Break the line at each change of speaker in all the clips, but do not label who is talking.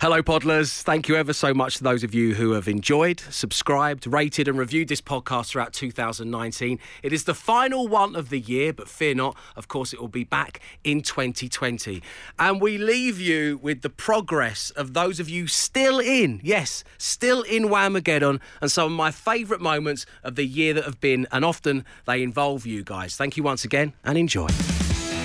Hello, Podlers. Thank you ever so much to those of you who have enjoyed, subscribed, rated, and reviewed this podcast throughout 2019. It is the final one of the year, but fear not, of course, it will be back in 2020. And we leave you with the progress of those of you still in, yes, still in Whamageddon, and some of my favourite moments of the year that have been, and often they involve you guys. Thank you once again, and enjoy.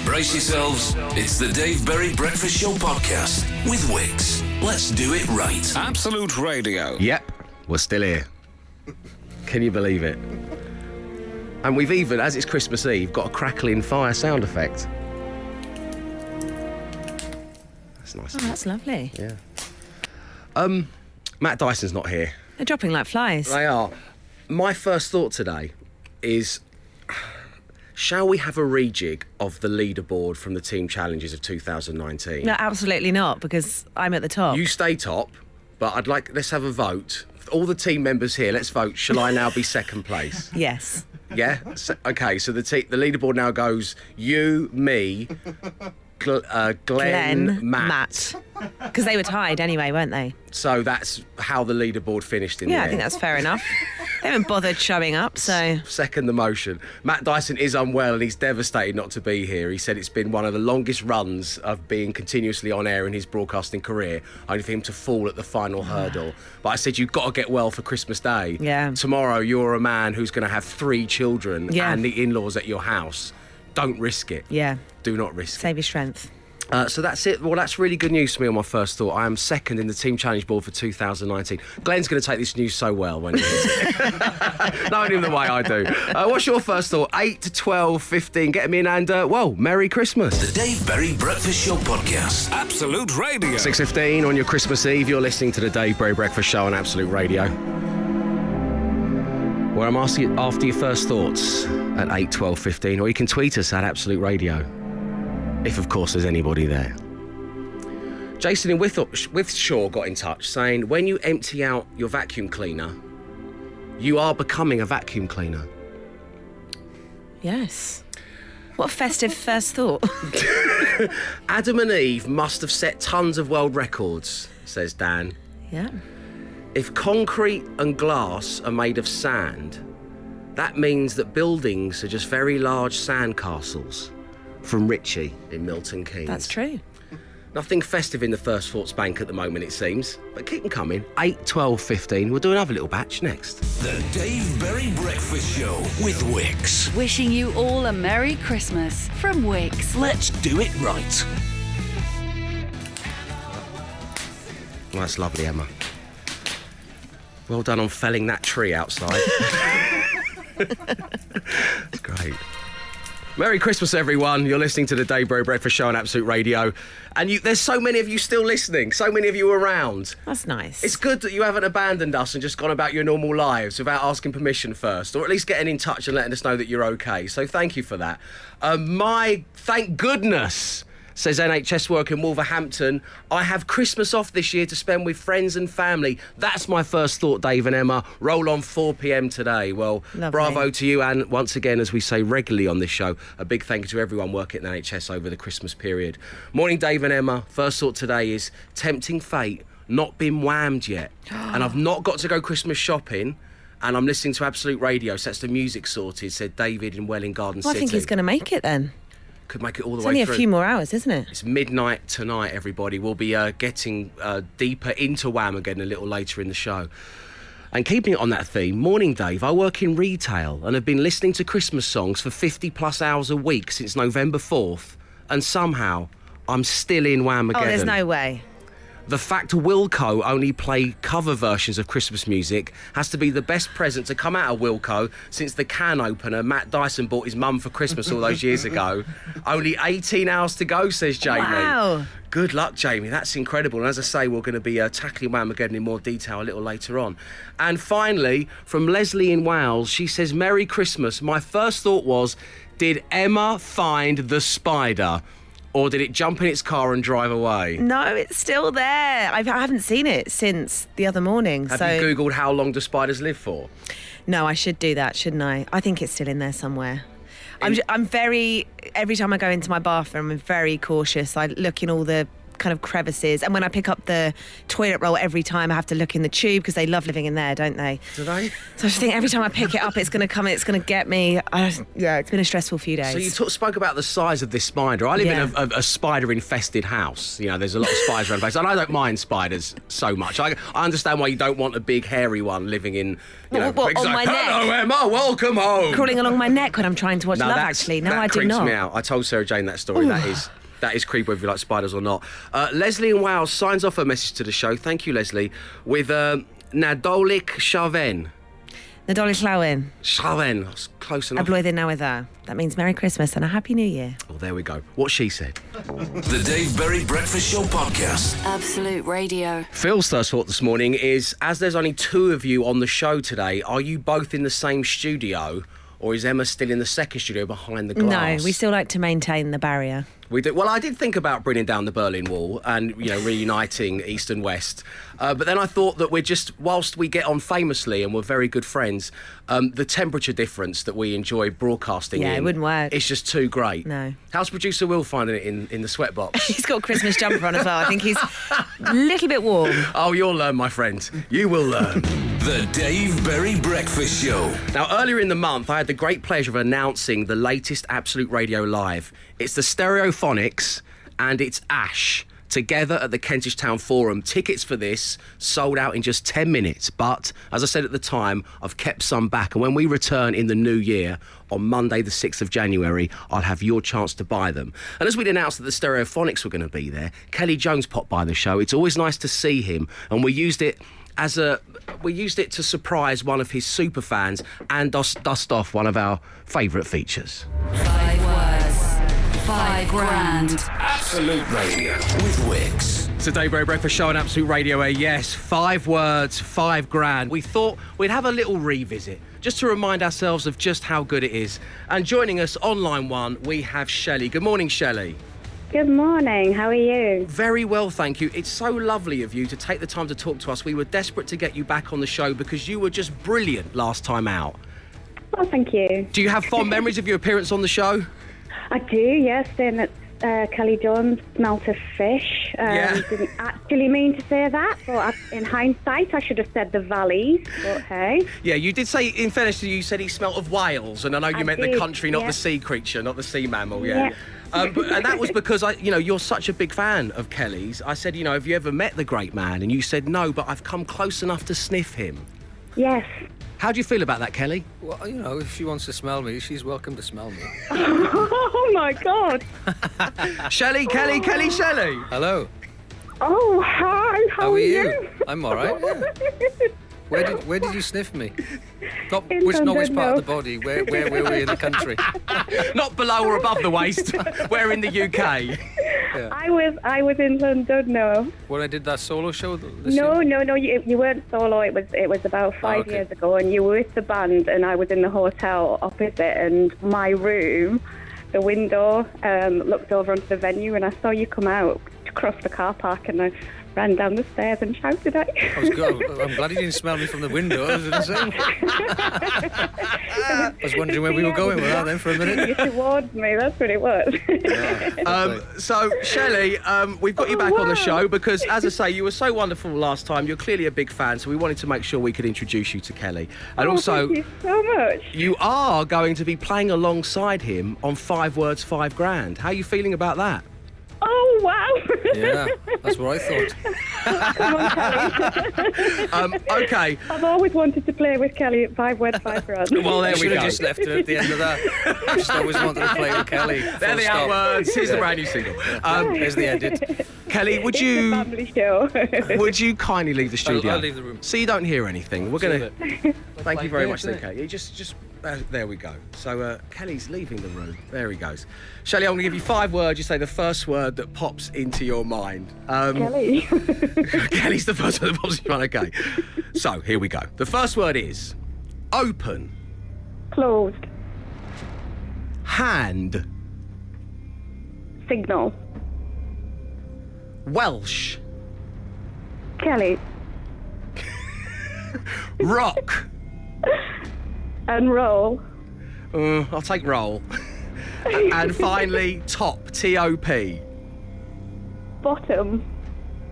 Brace yourselves. It's the Dave Berry Breakfast Show podcast with Wix. Let's do it right.
Absolute Radio.
Yep, we're still here. Can you believe it? And we've even, as it's Christmas Eve, got a crackling fire sound effect. That's nice.
Oh, that's lovely.
Yeah. Um, Matt Dyson's not here.
They're dropping like flies.
They are. My first thought today is shall we have a rejig of the leaderboard from the team challenges of 2019?
No, absolutely not, because I'm at the top.
You stay top, but I'd like let's have a vote. All the team members here, let's vote. Shall I now be second place?
Yes.
Yeah. So, okay. So the te- the leaderboard now goes you, me, Gl- uh, Glenn,
Glenn,
Matt.
Matt. Because they were tied anyway, weren't they?
So that's how the leaderboard finished in
Yeah,
the
I
end.
think that's fair enough. they haven't bothered showing up, so.
Second the motion. Matt Dyson is unwell and he's devastated not to be here. He said it's been one of the longest runs of being continuously on air in his broadcasting career, only for him to fall at the final hurdle. But I said, you've got to get well for Christmas Day.
Yeah.
Tomorrow, you're a man who's going to have three children
Yeah.
and the in laws at your house. Don't risk it.
Yeah.
Do not risk it.
Save your strength.
Uh, so that's it. Well, that's really good news for me on my first thought. I am second in the team challenge board for 2019. Glenn's going to take this news so well when he hears it. Knowing him the way I do. Uh, what's your first thought? 8 to 12, 15. Get him in and, uh, well, Merry Christmas.
The Dave Berry Breakfast Show podcast.
Absolute Radio.
6.15 on your Christmas Eve. You're listening to the Dave Berry Breakfast Show on Absolute Radio. Where I'm asking after your first thoughts at 8, 12, 15. Or you can tweet us at Absolute Radio. If, of course, there's anybody there. Jason in Withop- Withshaw got in touch saying, when you empty out your vacuum cleaner, you are becoming a vacuum cleaner.
Yes. What a festive first thought.
Adam and Eve must have set tons of world records, says Dan.
yeah.
If concrete and glass are made of sand, that means that buildings are just very large sand castles. From Richie in Milton Keynes.
That's true.
Nothing festive in the First Thoughts Bank at the moment, it seems. But keep them coming. 8, 12, 15. We'll do another little batch next.
The Dave Berry Breakfast Show with Wix.
Wishing you all a Merry Christmas from Wix.
Let's do it right.
Well, that's lovely, Emma. Well done on felling that tree outside. That's great. Merry Christmas, everyone. You're listening to the Daybro Breakfast Show on Absolute Radio. And you, there's so many of you still listening, so many of you around.
That's nice.
It's good that you haven't abandoned us and just gone about your normal lives without asking permission first, or at least getting in touch and letting us know that you're okay. So thank you for that. Um, my thank goodness. Says NHS worker in Wolverhampton, I have Christmas off this year to spend with friends and family. That's my first thought, Dave and Emma. Roll on 4 pm today. Well,
Lovely.
bravo to you. And once again, as we say regularly on this show, a big thank you to everyone working at NHS over the Christmas period. Morning, Dave and Emma. First thought today is tempting fate not been whammed yet, and I've not got to go Christmas shopping. And I'm listening to Absolute Radio, so that's the music sorted, said David in Welling Garden
well, I
City.
think he's going to make it then.
Could make it all the
It's
way
only a
through.
few more hours, isn't it?
It's midnight tonight, everybody. We'll be uh, getting uh, deeper into Wham again a little later in the show. And keeping it on that theme, morning, Dave. I work in retail and have been listening to Christmas songs for 50 plus hours a week since November 4th, and somehow I'm still in Wham
Oh, there's no way.
the fact Wilco only play cover versions of Christmas music has to be the best present to come out of Wilco since the can opener Matt Dyson bought his mum for Christmas all those years ago. Only 18 hours to go, says Jamie.
Wow.
Good luck, Jamie. That's incredible. And as I say, we're going to be uh, tackling Whamageddon in more detail a little later on. And finally, from Leslie in Wales, she says, Merry Christmas. My first thought was, did Emma find the spider? Or did it jump in its car and drive away?
No, it's still there. I've, I haven't seen it since the other morning.
Have
so
you googled how long do spiders live for?
No, I should do that, shouldn't I? I think it's still in there somewhere. I'm, j- I'm very, every time I go into my bathroom, I'm very cautious. I look in all the kind of crevices. And when I pick up the toilet roll every time, I have to look in the tube because they love living in there, don't they?
Do they?
So I just think every time I pick it up, it's going to come, it's going to get me. I, yeah, it's been a stressful few days.
So you talk, spoke about the size of this spider. I live in
Yeah.
a, a, a spider-infested house. You know, there's a lot of spiders around the place, and I don't mind spiders so much. I, I understand why you don't want a big hairy one living in. You know,
What- what,
it's
on
like,
my
Hello, Emma. Welcome home.
crawling along my neck when I'm trying to watch Love
that's-
Actually. No,
that
I do
creeps
not.
me out. I told Sarah Jane that story. That is that is creepy whether you like spiders or not. Uh, Leslie in Wales signs off her message to the show. Thank you, Leslie. With um, Nadolik Shaven.
Nadolig Llywyn,
Shaven. That's Close
a
enough.
blwyddyn newydd dda. That means Merry Christmas and a Happy New Year.
Oh, there we go. What she said.
The Dave Berry Breakfast Show podcast.
Absolute Radio.
Phil's first thought this morning is as there's only two of you on the show today, are you both in the same studio? Or is Emma still in the second studio behind the glass?
No, we still like to maintain the barrier.
We do. Well, I did think about bringing down the Berlin Wall and you know reuniting East and West, uh, but then I thought that we're just whilst we get on famously and we're very good friends, um, the temperature difference that we enjoy broadcasting
Yeah, it
in,
wouldn't work.
It's just too great.
No.
House producer Will finding it in in the sweatbox.
He's got a Christmas jumper on as well. I think he's a little bit warm.
oh, you'll learn, my friend. You will learn.
The Dave Berry Breakfast Show.
Now, earlier in the month, I had the great pleasure of announcing the latest Absolute Radio Live. It's the Stereophonics and it's Ash together at the Kentish Town Forum. Tickets for this sold out in just 10 minutes, but as I said at the time, I've kept some back. And when we return in the new year, on Monday, the 6th of January, I'll have your chance to buy them. And as we'd announced that the Stereophonics were going to be there, Kelly Jones popped by the show. It's always nice to see him, and we used it as a we used it to surprise one of his super fans and dust, dust off one of our favourite features.
Five words. Five grand.
Absolute Radio. With Wix.
It's the Daybreak Breakfast Show on Absolute Radio. Where yes, five words, five grand. We thought we'd have a little revisit just to remind ourselves of just how good it is. And joining us online one, we have Shelley. Good morning, Shelley.
Good morning. How are you?
Very well, thank you. It's so lovely of you to take the time to talk to us. We were desperate to get you back on the show because you were just brilliant last time out.
Well, thank you.
Do you have fond memories of your appearance on the show?
I do, yes. Then at uh, Kelly John's smelt of fish. Um,
Yeah.
Didn't actually mean to say that, but I, in hindsight, I should have said the valleys. But hey,
Yeah, you did say, in fairness to you, you said he smelt of whales, and I know you
I
meant the
did,
country, not
yeah.
the sea creature, not the sea mammal. Yeah.
Yeah.
Um, but, and that was because I, you know, you're such a big fan of Kelly's. I said, you know, have you ever met the great man? And you said no, but I've come close enough to sniff him.
yes.
How do you feel about that, Kelly?
Well, you know, if she wants to smell me, she's welcome to smell me.
Oh my God.
Shelley, Kelly, Kelly, Shelley.
Hello.
Oh hi. How,
How are you? I'm all right. Oh, yeah. Where did where did you sniff me? Not
In
which not which part of
Thunderdome.
the body. Where where were we in the country?
Not below or above the waist. We're in the UK.
I was I was in London. No,
When I did that solo show th- this
no,
year?
no, no. You, you weren't solo. It was it was about five
Ah, okay.
years ago, and you were with the band, and I was in the hotel opposite, and my room, the window um, looked over onto the venue, and I saw you come out across the car park, and I ran down the stairs and shouted at you.
I was good. I'm glad you didn't smell me from the window. I was, insane. I was wondering where we were going with that then for a minute.
You towards me. That's what it was.
Um, so, Shelley, um, we've got you back on the show because, as I say, you were so wonderful last time. You're clearly a big fan, so we wanted to make sure we could introduce you to Kelly. And also,
Oh, Thank you so much.
you are going to be playing alongside him on Five Words, Five Grand. How are you feeling about that?
Oh wow!
Yeah, that's what I thought.
Um, okay.
I've always wanted to play with Kelly at Five Word Five Round.
Well, there
I
we
should
go.
have just left it at the end of that. I just always wanted to play with Kelly.
there
full
they are,
stop.
words. Here's the
Yeah.
brand new single. Um,
There's the edit.
Kelly, would
it's a
you
family show.
would you kindly leave the studio?
I'll leave the room.
So you don't hear anything. We're gonna. Thank you very
Yeah,
much, then,
isn't it?
Kelly. You Just, just uh, there we go. So uh, Kelly's leaving the room. There he goes. Shelley, I'm going to give you five words. You say the first word that pops into your mind. Um,
Kelly.
Kelly's the first word that pops into your mind. Okay. So here we go. The first word is open
Closed.
hand
Signal.
Welsh
Kelly.
rock.
Unroll.
Uh, I'll take roll. and finally, top. T O P.
bottom.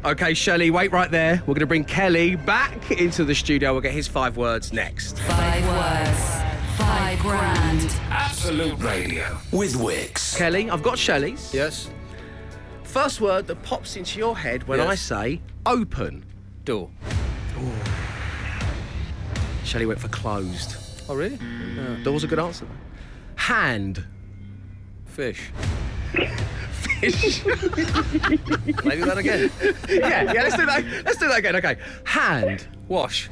Okay, Shirley, wait right there. We're going to bring Kelly back into the studio. We'll get his five words next.
Five words. Five grand.
Absolute Radio with Wix.
Kelly, I've got Shirley's.
Yes.
First word that pops into your head when
Yes.
I say open.
Door.
Shirley went for closed. Mm.
Oh, really?
That was a good answer. Hand.
Fish. Fish. Maybe that again.
yeah, yeah, let's do that. Let's do that again. Okay. Hand.
Wash.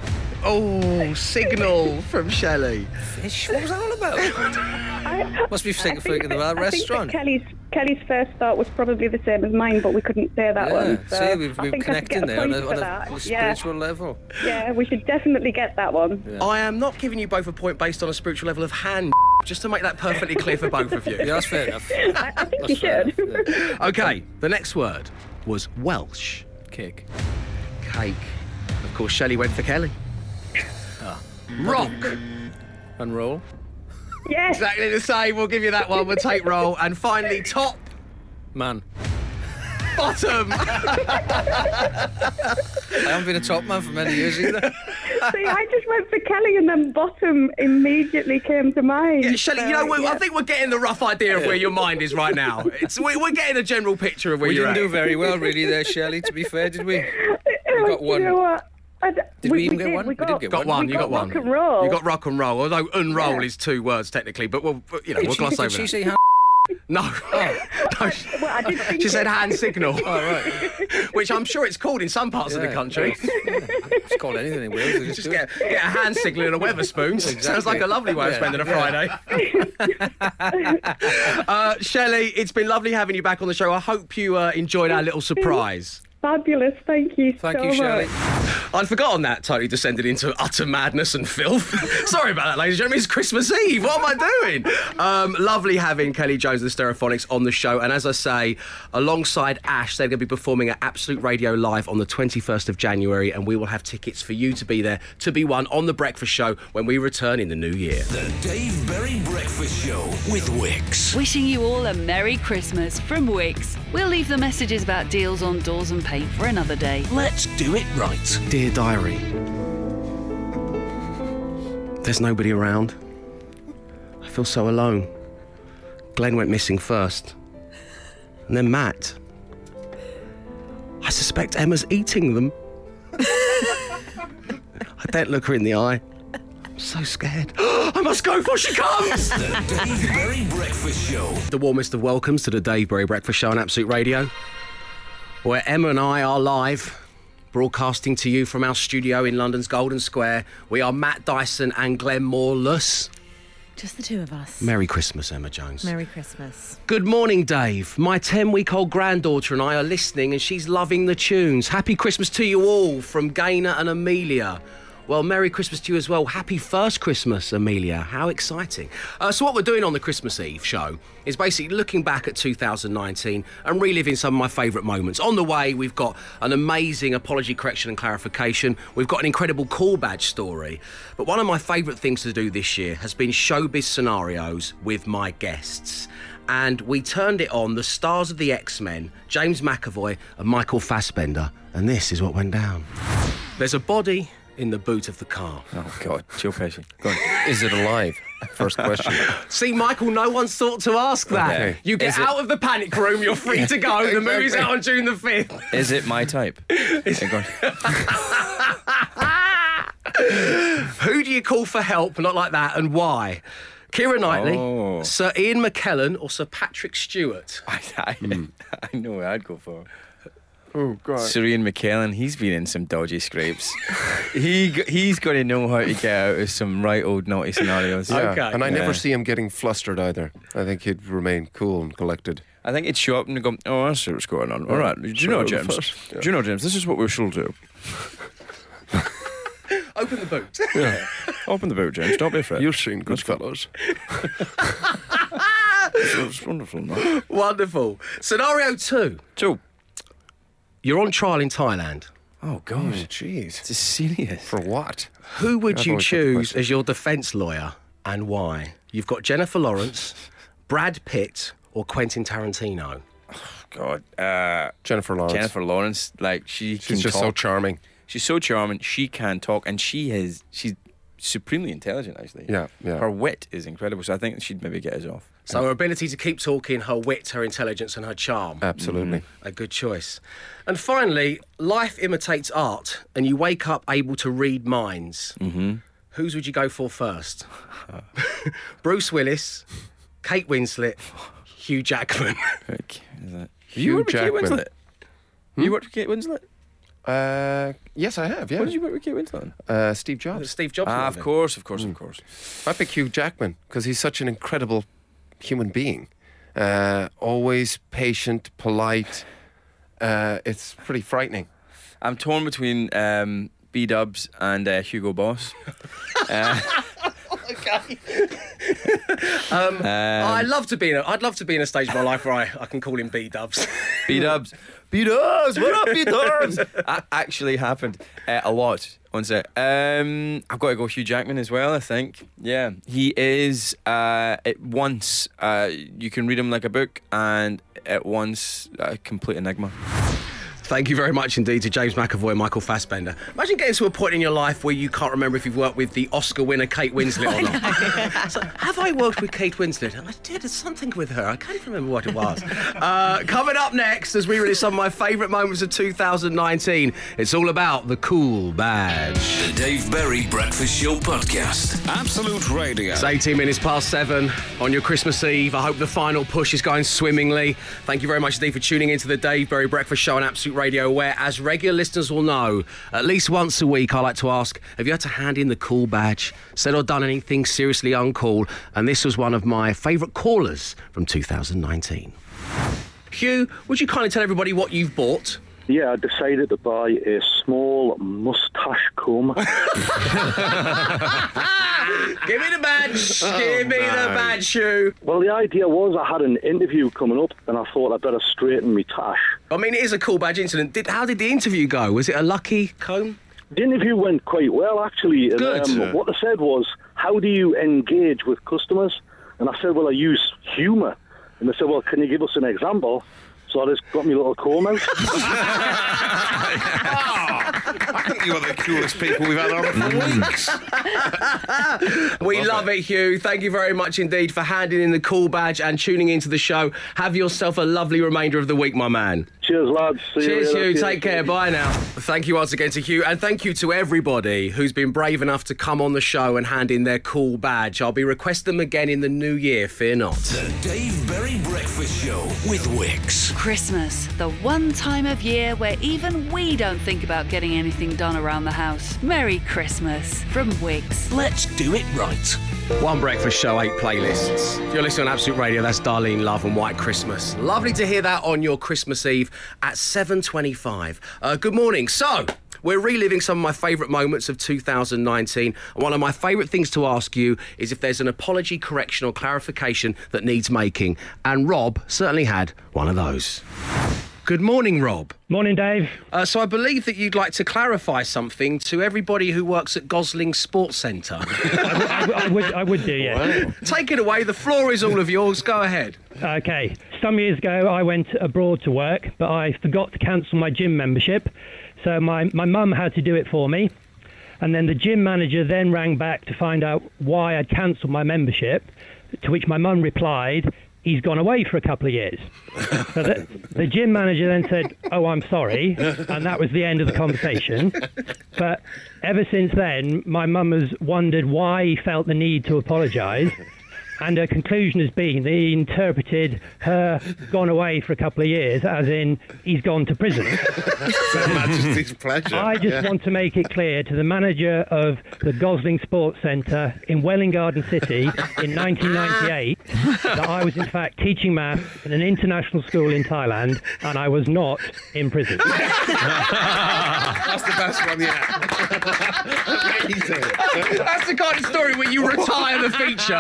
Oh, signal from Shelley.
Fish? What was that all about? Must be
I
thinking
think
of a
that- I think that
restaurant.
Kelly's Kelly's first thought was probably the same as mine, but we couldn't say that
Yeah,
one. So
see, we've,
I
we've
think I should get
connected there on
point
a,
for
on
that.
a
yeah,
spiritual level.
yeah, we should definitely get that one.
I am not giving you both a point based on a spiritual level of hand, just to make that perfectly clear for both of you.
Yeah, that's fair enough.
I, I think you
That's fair
should.
enough, yeah.
Okay, the next word was Welsh.
Cake.
Cake. Of course, Shelley went for Kelly. Ah. Rock.
Unroll.
Yes,
Exactly the same. We'll give you that one. We'll take roll. And finally, top,
Man.
bottom.
I haven't been a top man for many years either.
see, I just went for Kelly, and then bottom immediately came to mind.
Yeah, Shelley, you know,
So,
we I
yeah.
think we're getting the rough idea of where your mind is right now. It's, we, we're getting a general picture of where
We
you're
didn't
at.
do very well, really, there, Shelley, to be fair, did we?
Oh,
got
do
one.
You know what? I d-
Did we even get one? We
We
did
got,
get
Got one.
We
you got, one.
Rock and roll.
You got rock and roll. Although unroll is two words technically, but we'll but, you know we'll
Did she-
gloss
did
over
she
that.
say hand?
no. no. she-
Well, I did think
She said
it-
hand signal,
Oh, right.
which I'm sure it's called in some parts of the
Yeah,
country.
It's called anything in Wales. they Just
Just
do it.
get, get a hand signal and a Weatherspoon. Sounds like a lovely way of
Yeah,
spending a Friday. uh, Shelley, it's been lovely having you back on the show. I hope you uh, enjoyed our little surprise.
fabulous. Thank you.
Thank
so
you, Shelley.
much.
I'd forgotten that totally descended into utter madness and filth. Sorry about that, ladies and gentlemen. It's Christmas Eve. What am I doing? Um, lovely having Kelly Jones and the Stereophonics on the show. And as I say, alongside Ash, they're going to be performing at Absolute Radio Live on the 21st of January. And we will have tickets for you to be there to be won on The Breakfast Show when we return in the new year.
The Dave Berry Breakfast Show with Wix.
Wishing you all a Merry Christmas from Wix. We'll leave the messages about deals on doors and paint for another day.
Let's do it right.
Dear Diary, there's nobody around. I feel so alone. Glenn went missing first, and then Matt. I suspect Emma's eating them. I don't look her in the eye. I'm so scared. I must go before she comes!
The Dave Berry Breakfast Show.
the warmest of welcomes to the Dave Berry Breakfast Show on Absolute Radio, where Emma and I are live, broadcasting to you from our studio in London's Golden Square. We are Matt Dyson and Glenn Moreless.
Just the two of us.
Merry Christmas, Emma Jones.
Merry Christmas.
Good morning, Dave. My 10 week old granddaughter and I are listening, and she's loving the tunes. Happy Christmas to you all from Gaynor and Amelia. Well, Merry Christmas to you as well. Happy first Christmas, Amelia. How exciting. Uh, so, what we're doing on the Christmas Eve show is basically looking back at 2019 and reliving some of my favourite moments. On the way, we've got an amazing apology, correction, and clarification. We've got an incredible call badge story. But one of my favourite things to do this year has been showbiz scenarios with my guests and we turned it on the stars of the X Men, James McAvoy and Michael Fassbender, and this is what went down. There's a body in the boot of the car.
Oh God, chill patient. Go on. Is it alive? First question.
See, Michael, no one's thought to ask that.
Okay.
You get
Is it-
out of the panic room, you're free to go. The movie's
Exactly.
out on June the 5th.
Is it my type? Yeah, go on.
Who do you call for help? Not like that, and why? Kira Knightley,
Oh.
Sir Ian McKellen, or Sir Patrick Stewart?
I, I, I know what I'd go for. Oh God. Serene McKellen, he's been in some dodgy scrapes. he g- he's got to know how to get out of some right old naughty scenarios.
Yeah,
Okay.
and I
Yeah.
never see him getting flustered either. I think he'd remain cool and collected.
I think it'd show up and go, "Oh, I see what's going on. All right, do you know,
Sure,
James?
first, yeah.
Do you know, James? This is what we shall do.
Open the boot.
Open the boot, James. Don't be afraid.
You've seen good fellows.
it's wonderful. Man.
Wonderful. Scenario two
So,
you're on trial in Thailand.
oh God,
Jeez.
it's serious.
Hmm. For what?
Who would
I've
you
always got the
choose
question.
as your defence lawyer and why? You've got Jennifer Lawrence, Brad Pitt, or Quentin Tarantino.
God, uh,
Jennifer Lawrence.
Jennifer Lawrence, like she
She's
can
just so
talk.
charming.
she's so charming. She can talk, and she is she's supremely intelligent. Actually,
Yeah, yeah.
Her wit is incredible. So I think she'd maybe get us off.
So her ability to keep talking, her wit, her intelligence, and her charm. Mm-hmm.
Absolutely.
A good choice. And finally, life imitates art, and you wake up able to read minds. Mm-hmm. Whose would you go for first? Bruce Willis, Kate Winslet, Hugh Jackman.
Like, is that- Have
Hugh
you worked with Kate
Jackman. Hmm?
Winslet? You worked with Kate Winslet.
Uh, yes, I have. Yeah.
What did you work with Kate Winslet? on?
Uh, Steve Jobs.
Steve Jobs.
Ah, of
movie.
course, of course, of course.
I pick Hugh Jackman because he's such an incredible human being. Uh, always patient, polite. Uh, it's pretty frightening.
I'm torn between um, B Dubs and uh, Hugo Boss. Uh, Um,
I'd Um, love to be in. A, I'd love to be in a stage of my life where I, I can call him B Dubs.
B Dubs, B Dubs, what up, B Dubs? that actually happened uh, a lot on set. Um, I've got to go Hugh Jackman as well. I think. Yeah, he is. Uh, at once, uh, you can read him like a book, and at once, a complete enigma.
Thank you very much indeed to James McAvoy and Michael Fassbender. Imagine getting to a point in your life where you can't remember if you've worked with the Oscar winner Kate Winslet or not. so, have I worked with Kate Winslet? I did something with her. I can't even remember what it was. uh, coming up next, as we release some of my favourite moments of 2019, it's all about the cool badge.
The Dave Berry Breakfast Show Podcast.
Absolute Radio.
It's 18 minutes past seven on your Christmas Eve. I hope the final push is going swimmingly. Thank you very much indeed for tuning into the Dave Berry Breakfast Show on Absolute Radio, where, as regular listeners will know, at least once a week I like to ask Have you had to hand in the cool badge, said or done anything seriously uncool? And this was one of my favourite callers from 2019. Hugh, would you kindly tell everybody what you've bought?
Yeah, I decided to buy a small mustache comb.
Give me the badge! Give me the badge, Hugh!
well, the idea was I had an interview coming up, and I thought I'd better straighten my tash.
I mean, it is a cool badge incident. Did, how did the interview go? Was it a lucky comb?
The interview went quite well, actually. and,
Good.
Um, what they said was, "How do you engage with customers?" And I said, "Well, I use humour." And they said, "Well, can you give us an example?" So I just got my little comb out.
I think you're the coolest people we've had on for weeks.
We love, it. Hugh. Thank you very much indeed for handing in the cool badge and tuning into the show. Have yourself a lovely remainder of the week, my man.
Cheers, lads. See you later.
Cheers, Hugh.
See you
Take
later.
care. Bye now. Thank you once again to Hugh, and thank you to everybody who's been brave enough to come on the show and hand in their cool badge. I'll be requesting them again in the new year. Fear not.
The Dave Berry Breakfast Show with Wix.
Christmas, the one time of year where even we don't think about getting anything done around the house. Merry Christmas from Wix.
Let's do it right.
One Breakfast Show, eight playlists. If you're listening on Absolute Radio, that's Darlene Love and White Christmas. Lovely to hear that on your Christmas Eve at 7.25. Uh, good morning. So, we're reliving some of my favourite moments of 2019. And one of my favourite things to ask you is if there's an apology, correction or clarification that needs making. And Rob certainly had one of those. Good morning, Rob.
Morning, Dave.
Uh, so I believe that you'd like to clarify something to everybody who works at Gosling Sports Centre.
I, would, I would do, yeah.
Take it away. The floor is all of yours. Go ahead.
Okay. Some years ago, I went abroad to work, but I forgot to cancel my gym membership. So my, my mum had to do it for me. And then the gym manager then rang back to find out why I'd cancelled my membership, to which my mum replied, He's gone away for a couple of years. So the, the gym manager then said, Oh, I'm sorry. And that was the end of the conversation. But ever since then, my mum has wondered why he felt the need to apologise. And her conclusion has been that he interpreted her gone away for a couple of years as in he's gone to prison.
Majesty's pleasure.
I just want to make it clear to the manager of the Gosling Sports Centre in Welling Garden City in 1998 that I was in fact teaching maths in an international school in Thailand and I was not in prison.
That's the best one yet. Amazing.
That's the kind of story where you retire the feature.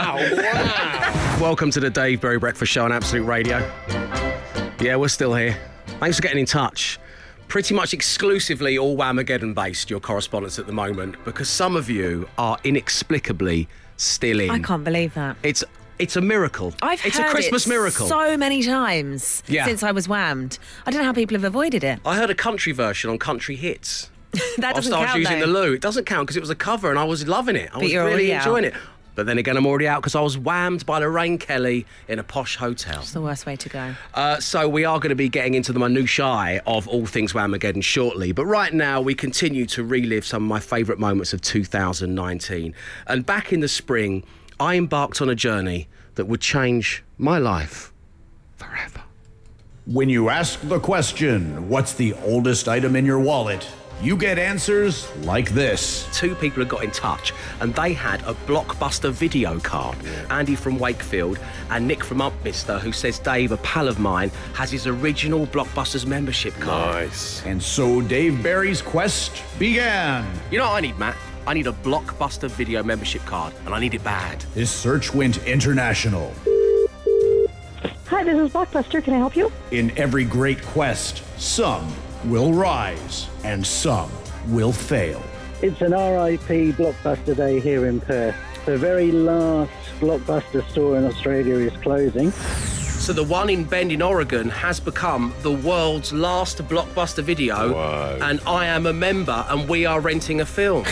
Welcome to the Dave Berry Breakfast Show on Absolute Radio. Yeah, we're still here. Thanks for getting in touch. Pretty much exclusively all Whamageddon based, your correspondence at the moment, because some of you are inexplicably still in.
I can't believe that.
It's It's a miracle.
I've
it's
heard
a Christmas
it
miracle.
so many times
Yeah.
since I was whammed. I don't know how people have avoided it.
I heard a country version on Country Hits.
That doesn't
Whilst I was
count,
using
though.
the loo. It doesn't count because it was a cover and I was loving it. I
But
was
you're
really
already
enjoying
out.
it. But then again, I'm already out because I was whammed by Lorraine Kelly in a posh hotel.
It's the worst way to go.
Uh, so we are going to be getting into the minutiae of all things Whamageddon shortly. But right now, we continue to relive some of my favourite moments of 2019. And back in the spring, I embarked on a journey that would change my life.
When you ask the question, what's the oldest item in your wallet? You get answers like this.
Two people had got in touch and they had a blockbuster video card. Andy from Wakefield and Nick from Upminster, who says, Dave, a pal of mine, has his original Blockbusters membership card.
Nice. And so Dave Barry's quest began.
You know what I need, Matt? I need a Blockbuster video membership card and I need it bad.
His search went international.
Hi, this is Blockbuster. Can I help you?
In every great quest, some will rise and some will fail.
It's an RIP Blockbuster Day here in Perth. The very last Blockbuster store in Australia is closing.
So the one in Bend in Oregon has become the world's last blockbuster video, and I am a member, and we are renting a film.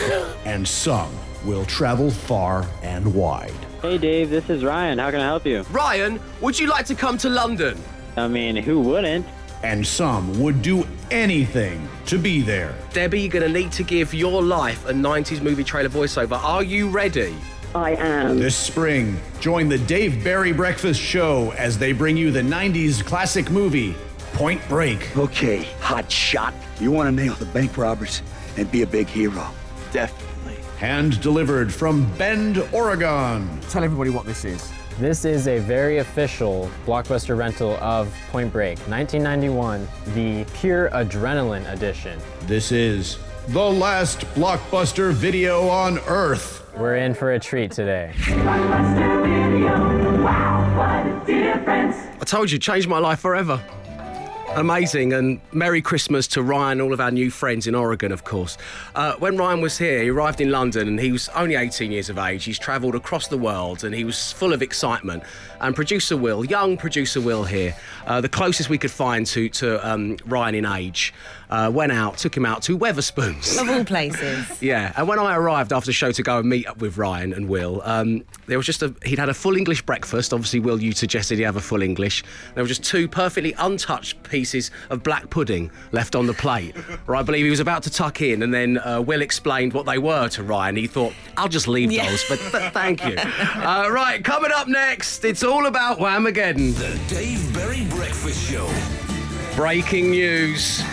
And some will travel far and wide.
Hey Dave, this is Ryan. How can I help you?
Ryan, would you like to come to London?
I mean, who wouldn't? And some would do anything to be there.
Debbie, you're going to need to give your life a 90s movie trailer voiceover. Are you ready?
I am. This spring, join the Dave Barry Breakfast Show as they bring you the 90s classic movie, Point Break. Okay, hot shot. You want to nail the bank robbers and be a big hero. Definitely. Hand delivered from Bend, Oregon. Tell everybody what this is.
This is a very official blockbuster rental of Point Break 1991, the pure adrenaline edition.
This is the last blockbuster video on Earth.
We're in for a treat today.
I told you, changed my life forever. Amazing, and Merry Christmas to Ryan, all of our new friends in Oregon, of course. Uh, when Ryan was here, he arrived in London and he was only 18 years of age. He's travelled across the world and he was full of excitement. And producer Will, young producer Will here, uh, the closest we could find to, to um, Ryan in age, uh, went out, took him out to Weatherspoons.
Of all places.
Yeah, and when I arrived after the show to go and meet up with Ryan and Will, um, there was just a he'd had a full English breakfast. Obviously, Will, you suggested he have a full English. There were just two perfectly untouched pieces of black pudding left on the plate. or I believe he was about to tuck in, and then uh, Will explained what they were to Ryan. He thought, "I'll just leave
Yeah.
those," but th- thank you. uh, right, coming up next, it's all about Whamageddon.
The Dave Berry Breakfast Show.
Breaking news.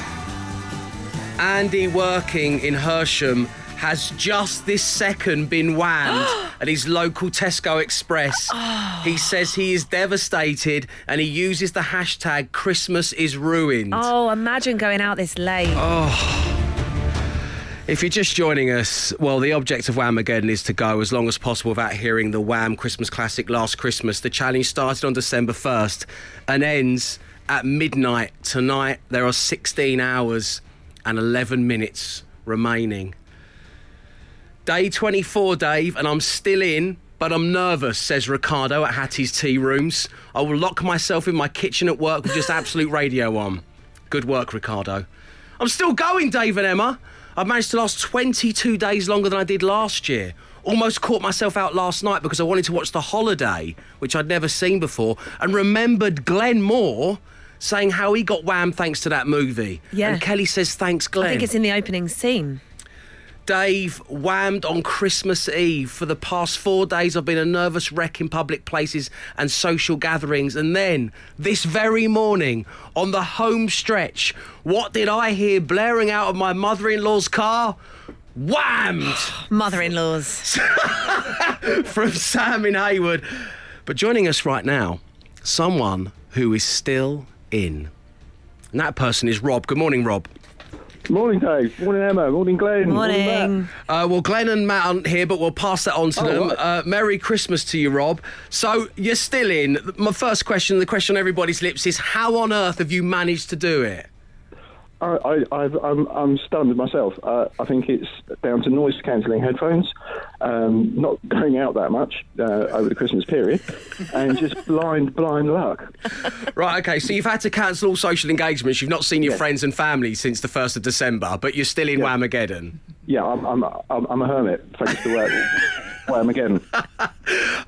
Andy working in Hersham has just this second been whammed at his local Tesco Express.
Oh.
he says he is devastated and he uses the hashtag Christmas is ruined.
Oh, imagine going out this late.
Oh. If you're just joining us, well, the object of Whamageddon is to go as long as possible without hearing the Wham Christmas classic Last Christmas. The challenge started on December 1st and ends at midnight tonight. There are 16 hours and 11 minutes remaining. Day 24, Dave, and I'm still in, but I'm nervous, says Ricardo at Hattie's Tea Rooms. I will lock myself in my kitchen at work with just absolute radio on. Good work, Ricardo. I'm still going, Dave and Emma. I've managed to last 22 days longer than I did last year. Almost caught myself out last night because I wanted to watch The Holiday, which I'd never seen before, and remembered Glenn Moore saying how he got wham thanks to that movie.
Yeah.
And Kelly says, thanks, Glenn.
I think it's in the opening scene.
Dave whammed on Christmas Eve. For the past four days, I've been a nervous wreck in public places and social gatherings. And then, this very morning, on the home stretch, what did I hear blaring out of my mother in law's car? Whammed!
Mother in laws.
From Sam in Hayward. But joining us right now, someone who is still in. And that person is Rob. Good morning, Rob.
Morning, Dave. Morning, Emma. Morning, Glenn.
Uh, well, Glenn and Matt aren't here, but we'll pass that on to
Oh,
them.
right.
Uh, Merry Christmas to you, Rob. So you're still in. My first question, the question on everybody's lips, is how on earth have you managed to do it?
I, I, I've, I'm, I'm stunned myself. Uh, I think it's down to noise cancelling headphones um, not going out that much uh, over the Christmas period, and just blind, blind luck.
Right, okay, so you've had to cancel all social engagements. You've not seen your friends and family since the 1st of December, but you're still in Whamageddon.
Yeah, I'm, I'm, I'm, I'm a hermit. Thanks to work. Wham again.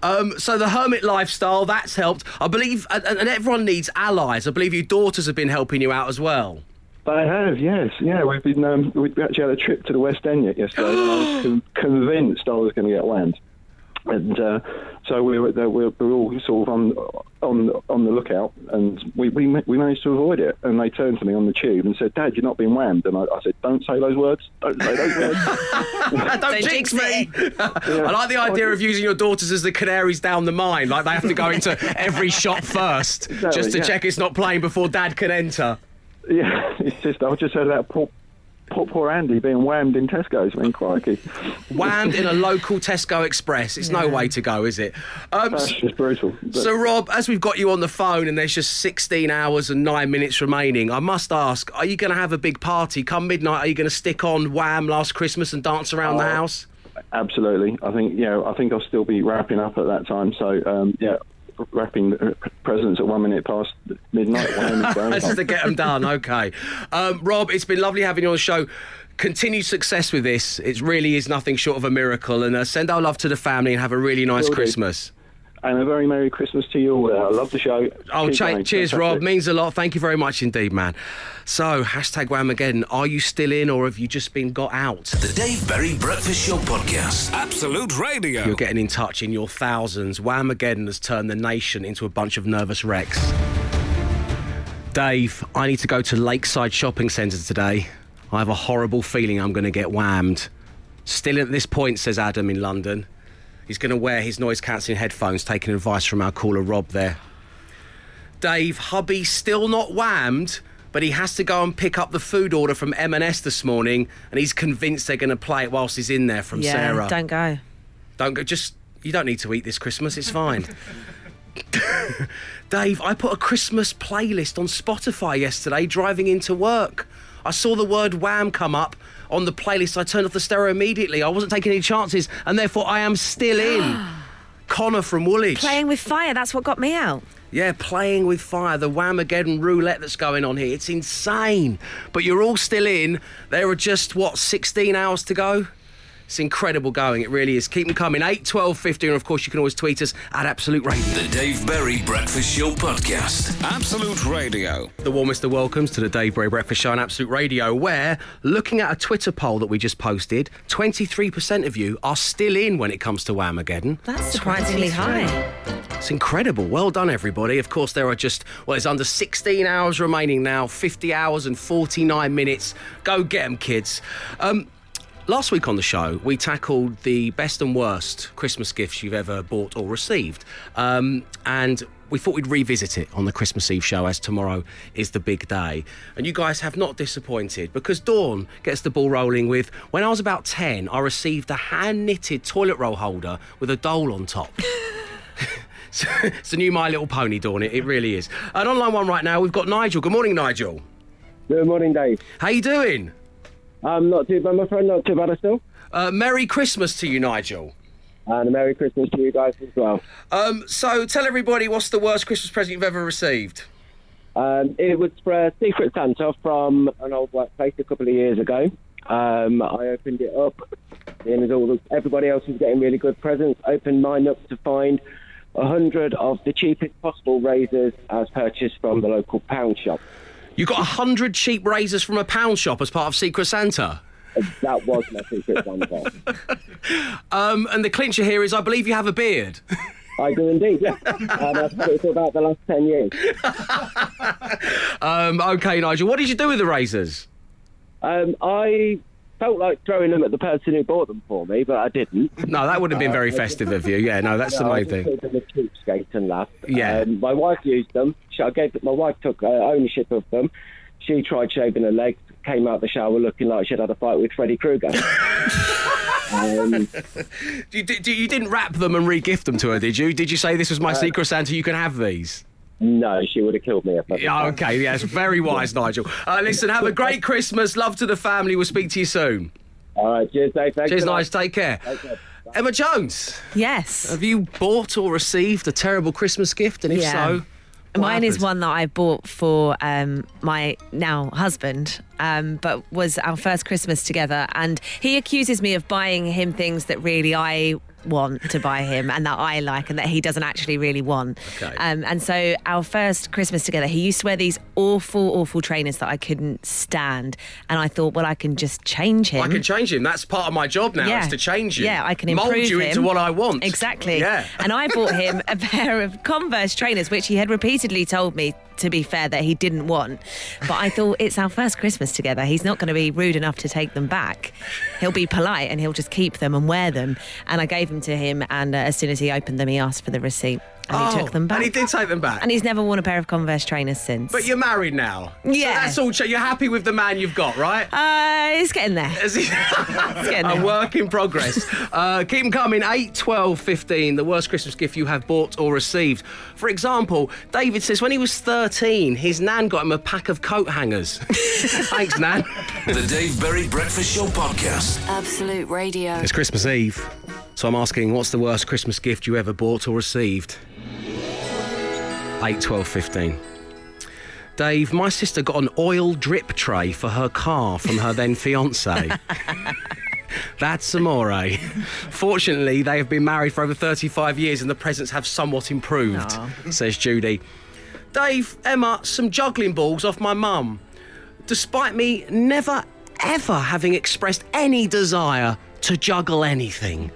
Um, so the hermit lifestyle, that's helped. I believe, and, and everyone needs allies. I believe your daughters have been helping you out as well.
They have, yes, yeah. We've been um, we we actually had a trip to the West End yet yesterday. and I was con- convinced I was going to get whammed, and uh, so we were, they were, we were all sort of on on on the lookout, and we we, ma- we managed to avoid it. And they turned to me on the tube and said, "Dad, you're not being whammed." And I, I said, "Don't say those words. Don't say those words."
Don't, jinx me. I like the idea of using your daughters as the canaries down the mine, like they have to go into every shop first just to
yeah.
check it's not playing before dad can enter.
yeah, it's just I just heard that poor poor, poor Andy being whammed in Tesco's. I mean, crikey,
Whammed in a local Tesco Express. It's no way to go, is it? Um,
that's just brutal. But-
So, Rob, as we've got you on the phone and there's just 16 hours and nine minutes remaining, I must ask are you going to have a big party come midnight? Are you going to stick on Wham last Christmas and dance around the
Oh.
house?
Absolutely. I think yeah. I think I'll still be wrapping up at that time. So um, yeah, wrapping uh, presents at one minute past midnight. one minute past
Just to
midnight.
get them done, okay. Um, Rob, it's been lovely having you on the show. Continued success with this. It really is nothing short of a miracle. And uh, send our love to the family and have a really nice
Will do.
Christmas.
and a very merry Christmas to you all. I love the show.
Oh,
Keep
cha-
going.
cheers,
Fantastic.
Rob. Means a lot. Thank you very much indeed, man. So, hashtag Wham again. Are you still in or have you just been got out?
The Dave Berry Breakfast Show Podcast. Absolute Radio.
You're getting in touch in your thousands. Whamageddon has turned the nation into a bunch of nervous wrecks. Dave, I need to go to Lakeside Shopping Centre today. I have a horrible feeling I'm going to get whammed. Still at this point, says Adam in London. He's going to wear his noise cancelling headphones, taking advice from our caller Rob there. Dave, hubby still not whammed, but he has to go and pick up the food order from M&S this morning, and he's convinced they're going to play it whilst he's in there from
yeah,
Sarah.
don't go.
Don't go. Just you don't need to eat this Christmas. It's fine. Dave, I put a Christmas playlist on Spotify yesterday driving into work. I saw the word wham come up on the playlist. I turned off the stereo immediately. I wasn't taking any chances, and therefore I am still in. Connor from Woolwich.
Playing with fire, that's what got me out.
Yeah, playing with fire, the Whamageddon roulette that's going on here. It's insane. But you're all still in. There are just, what, 16 hours to go? It's incredible going. It really is. Keep them coming. 8, 12, 15. And of course, you can always tweet us at Absolute Radio.
The Dave Berry Breakfast Show Podcast. Absolute Radio.
The warmest of welcomes to the Dave Berry Breakfast Show on Absolute Radio, where, looking at a Twitter poll that we just posted, 23% of you are still in when it comes to Whamageddon.
That's surprisingly high.
It's incredible. Well done, everybody. Of course, there are just, well, it's under 16 hours remaining now, 50 hours and 49 minutes. Go get 'em, kids. Um, last week on the show, we tackled the best and worst Christmas gifts you've ever bought or received. Um, and we thought we'd revisit it on the Christmas Eve show as tomorrow is the big day. And you guys have not disappointed because Dawn gets the ball rolling with when I was about 10, I received a hand knitted toilet roll holder with a dole on top. So- it's a new My Little Pony, Dawn. It, it really is. An online one right now. We've got Nigel. Good morning, Nigel.
Good morning, Dave.
How you doing?
Um, not too bad, my friend. Not too bad at all.
Uh, Merry Christmas to you, Nigel.
And a Merry Christmas to you guys as well.
Um, so tell everybody what's the worst Christmas present you've ever received.
Um, it was for a Secret Santa from an old workplace a couple of years ago. Um, I opened it up, and as all the, everybody else was getting really good presents, opened mine up to find a hundred of the cheapest possible razors as purchased from the local pound shop.
You got a hundred cheap razors from a pound shop as part of Secret Santa.
That was my Secret Santa.
Um, and the clincher here is, I believe you have a beard.
I do indeed, yeah. And I've had it for about the last 10 years.
Um, okay, Nigel, what did you do with the razors?
Um, I felt like throwing them at the person who bought them for me, but I didn't.
No, that wouldn't have been very festive of you. Yeah, no, Oh, that's the
I
main
just
thing.
called them a cheapskate and laughed.
Yeah.
Um, my wife used them. She, I gave my wife took uh, ownership of them. She tried shaving her legs. Came out the shower looking like she'd had a fight with Freddy Krueger. um,
You, did- you didn't wrap them and re-gift them to her, did you? Did you say this was my Secret Santa? You can have these.
Uh, no, she would have killed me if I.
Yeah, okay, yeah, it's very wise, Nigel. Uh, listen, have a great Christmas. Love to the family. We'll speak to you soon.
All right, cheers, Dave. Thanks
cheers,
a lot.
Nigel. Take care. Emma Jones.
Yes.
Have you bought or received a terrible Christmas gift? And if so, what
Mine is
happened?
one that I bought for um, my now husband, um, but was our first Christmas together. And he accuses me of buying him things that really I want to buy him and that I like and that he doesn't actually really want.
Okay.
Um, and so our first Christmas together, he used to wear these awful, awful trainers that I couldn't stand. And I thought, well, I can just change him.
I can change him. That's part of my job now
Yeah.
is to change you.
Yeah, I can
mold
improve
you
him.
into what I want.
Exactly.
Yeah.
And I bought him a pair of Converse trainers, which he had repeatedly told me, to be fair, that he didn't want. But I thought it's our first Christmas together. He's not going to be rude enough to take them back. He'll be polite and he'll just keep them and wear them. And I gave them to him, and uh, as soon as he opened them, he asked for the receipt. And he took them
Oh,
back.
And he did take them back.
And he's never worn a pair of Converse trainers since.
But you're married now. So
Yeah.
that's all. cha- You're happy with the man you've got, right?
Uh, it's getting there. getting
a
there.
work in progress. uh, keep them coming. 8, 12, 15, the worst Christmas gift you have bought or received. For example, David says when he was 13, his nan got him a pack of coat hangers. Thanks, nan.
The Dave Berry Breakfast Show podcast.
Absolute Radio.
It's Christmas Eve, so I'm asking what's the worst Christmas gift you ever bought or received? 8, 12, 15. Dave, my sister got an oil drip tray for her car from her then fiance. That's amore. Fortunately, they have been married for over 35 years and the presents have somewhat improved, says Judy. Dave, Emma, some juggling balls off my mum. Despite me never, ever having expressed any desire to juggle anything.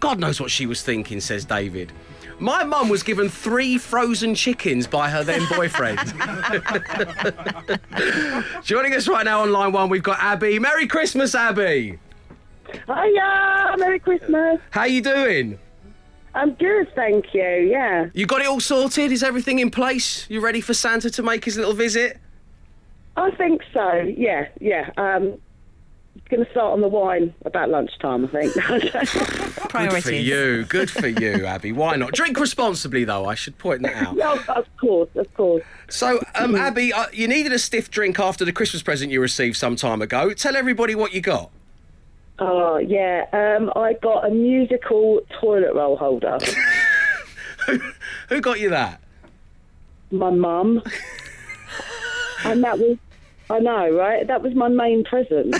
God knows what she was thinking, says David. My mum was given three frozen chickens by her then boyfriend. Joining us right now on line one, we've got Abby. Merry Christmas, Abby.
Hiya, Merry Christmas.
How you doing?
I'm good, thank you. Yeah.
You got it all sorted? Is everything in place? You ready for Santa to make his little visit?
I think so. Yeah, yeah. Um, going to start on the wine about lunchtime, I think.
Good for you. Good for you, Abby. Why not? Drink responsibly, though. I should point that out.
No, of course, of course.
So, um, Abby, uh, you needed a stiff drink after the Christmas present you received some time ago. Tell everybody what you got.
Oh yeah. Um, I got a musical toilet roll holder.
Who got you that?
my mum. and that was, I know, right? That was my main present.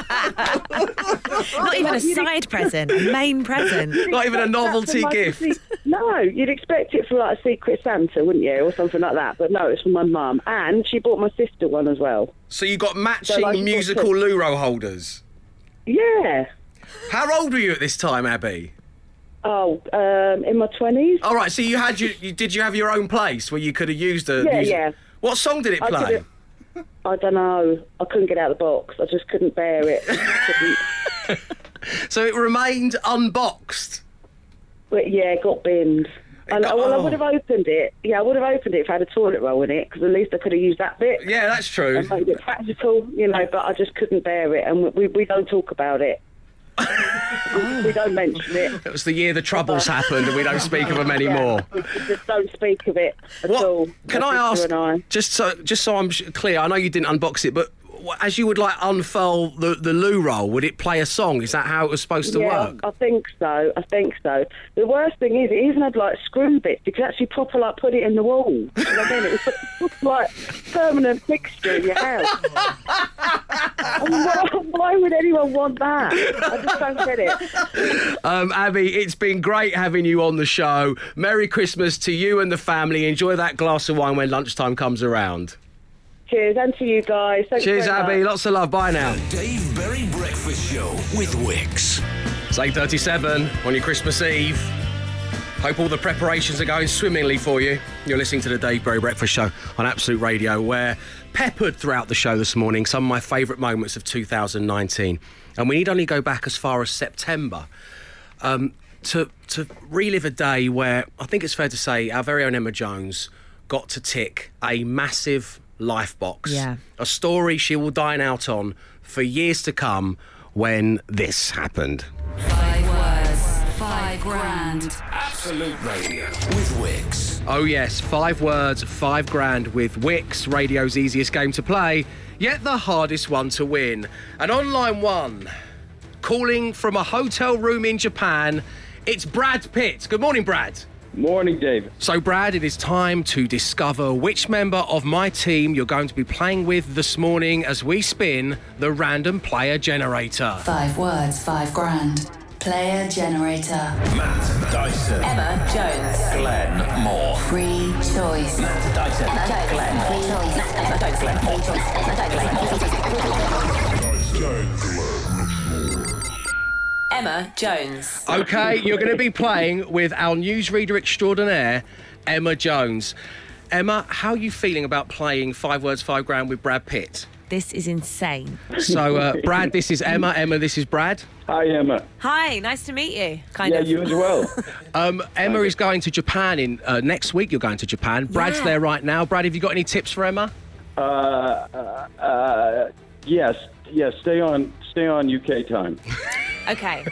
Not even a side present, a main present.
You'd expect that from, like, a se- no, you'd expect it from like a Secret Santa, wouldn't you, or something like that? But no, it's from my mum, and she bought my sister one as well.
So you got matching
So, like, you've got
musical
to-
luro holders.
Yeah.
How old were you at this time, Abby?
Oh, um, in my twenties.
All right. So you had your, you did you have your own place where you could have used a
Yeah,
used-
yeah.
What song did it
I
play?
couldn't- I don't know. I couldn't get out of the box. I just couldn't bear it. Couldn't-
So it remained unboxed.
But yeah, it got binned. And, well, I would
oh.
have opened it. Yeah, I would have opened it if I had a toilet roll in it, because at least I could have used that bit.
Yeah, that's true.
And made it practical, you know. But I just couldn't bear it, and we we don't talk about it. we, we don't mention it.
It was the year the troubles happened, and we don't speak of them anymore.
We just don't speak of it at all.
Can
My
I ask
sister and I.
just so just so I'm sh- clear? I know you didn't unbox it, but wh- as you would like unfurl the the loo roll, would it play a song? Is that how it was supposed to
yeah,
work?
I think so. I think so. The worst thing is, it even had like screw bits. You could actually proper like put it in the wall. You know what I mean? It was just, like permanent fixture in your house. I mean, why, why would anyone want that? I just don't get it.
Um, Abby, it's been great having you on the show. Merry Christmas to you and the family. Enjoy that glass of wine when lunchtime comes around.
Cheers, and to you guys. Thanks
Cheers,
very
Abby.
much.
Lots of love. Bye now.
Dave Berry Breakfast Show with Wix.
It's 8.37 on your Christmas Eve. Hope all the preparations are going swimmingly for you. You're listening to the Dave Berry Breakfast Show on Absolute Radio, where peppered throughout the show this morning some of my favourite moments of 2019. And we need only go back as far as September um, to, to relive a day where I think it's fair to say our very own Emma Jones got to tick a massive life box.
Yeah.
A story she will dine out on for years to come when this happened.
Five words, five grand.
Absolute Radio with Wix.
Oh, yes, five words, five grand with Wix, radio's easiest game to play, yet the hardest one to win. And on line one, calling from a hotel room in Japan. It's Brad Pitt. Good morning, Brad.
Morning, Dave.
So, Brad, it is time to discover which member of my team you're going to be playing with this morning as we spin the random player generator.
Five words, five grand. Player generator. Matt Dyson. Emma Jones.
Glenn Moore.
Free choice. Matt Dyson. Emma Jones. Glenn Free choice. Emma Jones. Glenn Free choice. Emma Jones. Emma Jones.
Okay, you're going to be playing with our newsreader extraordinaire, Emma Jones. Emma, how are you feeling about playing Five Words, Five Grand with Brad Pitt?
This is insane.
So, uh, Brad, this is Emma. Emma, this is Brad.
Hi, Emma.
Hi, nice to meet you. Kind of.
well.
um, Emma is going to Japan in uh, next week. You're going to Japan. Brad's
Yeah.
there right now. Brad, have you got any tips for Emma?
Uh, uh, uh, yes, yes. Stay on, stay on UK time.
Okay.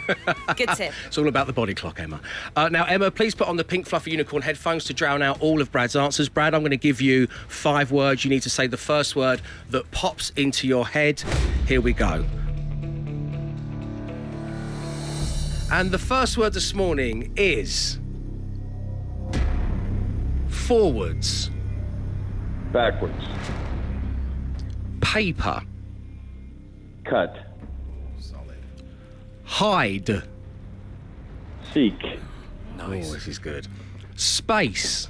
Good tip.
It's all about the body clock, Emma. Uh, now, Emma, please put on the pink fluffy unicorn headphones to drown out all of Brad's answers. Brad, I'm going to give you five words. You need to say the first word that pops into your head. Here we go. And the first word this morning is forwards,
Backwards.
paper,
Cut.
hide,
Seek.
Nice. Oh, this is good. space,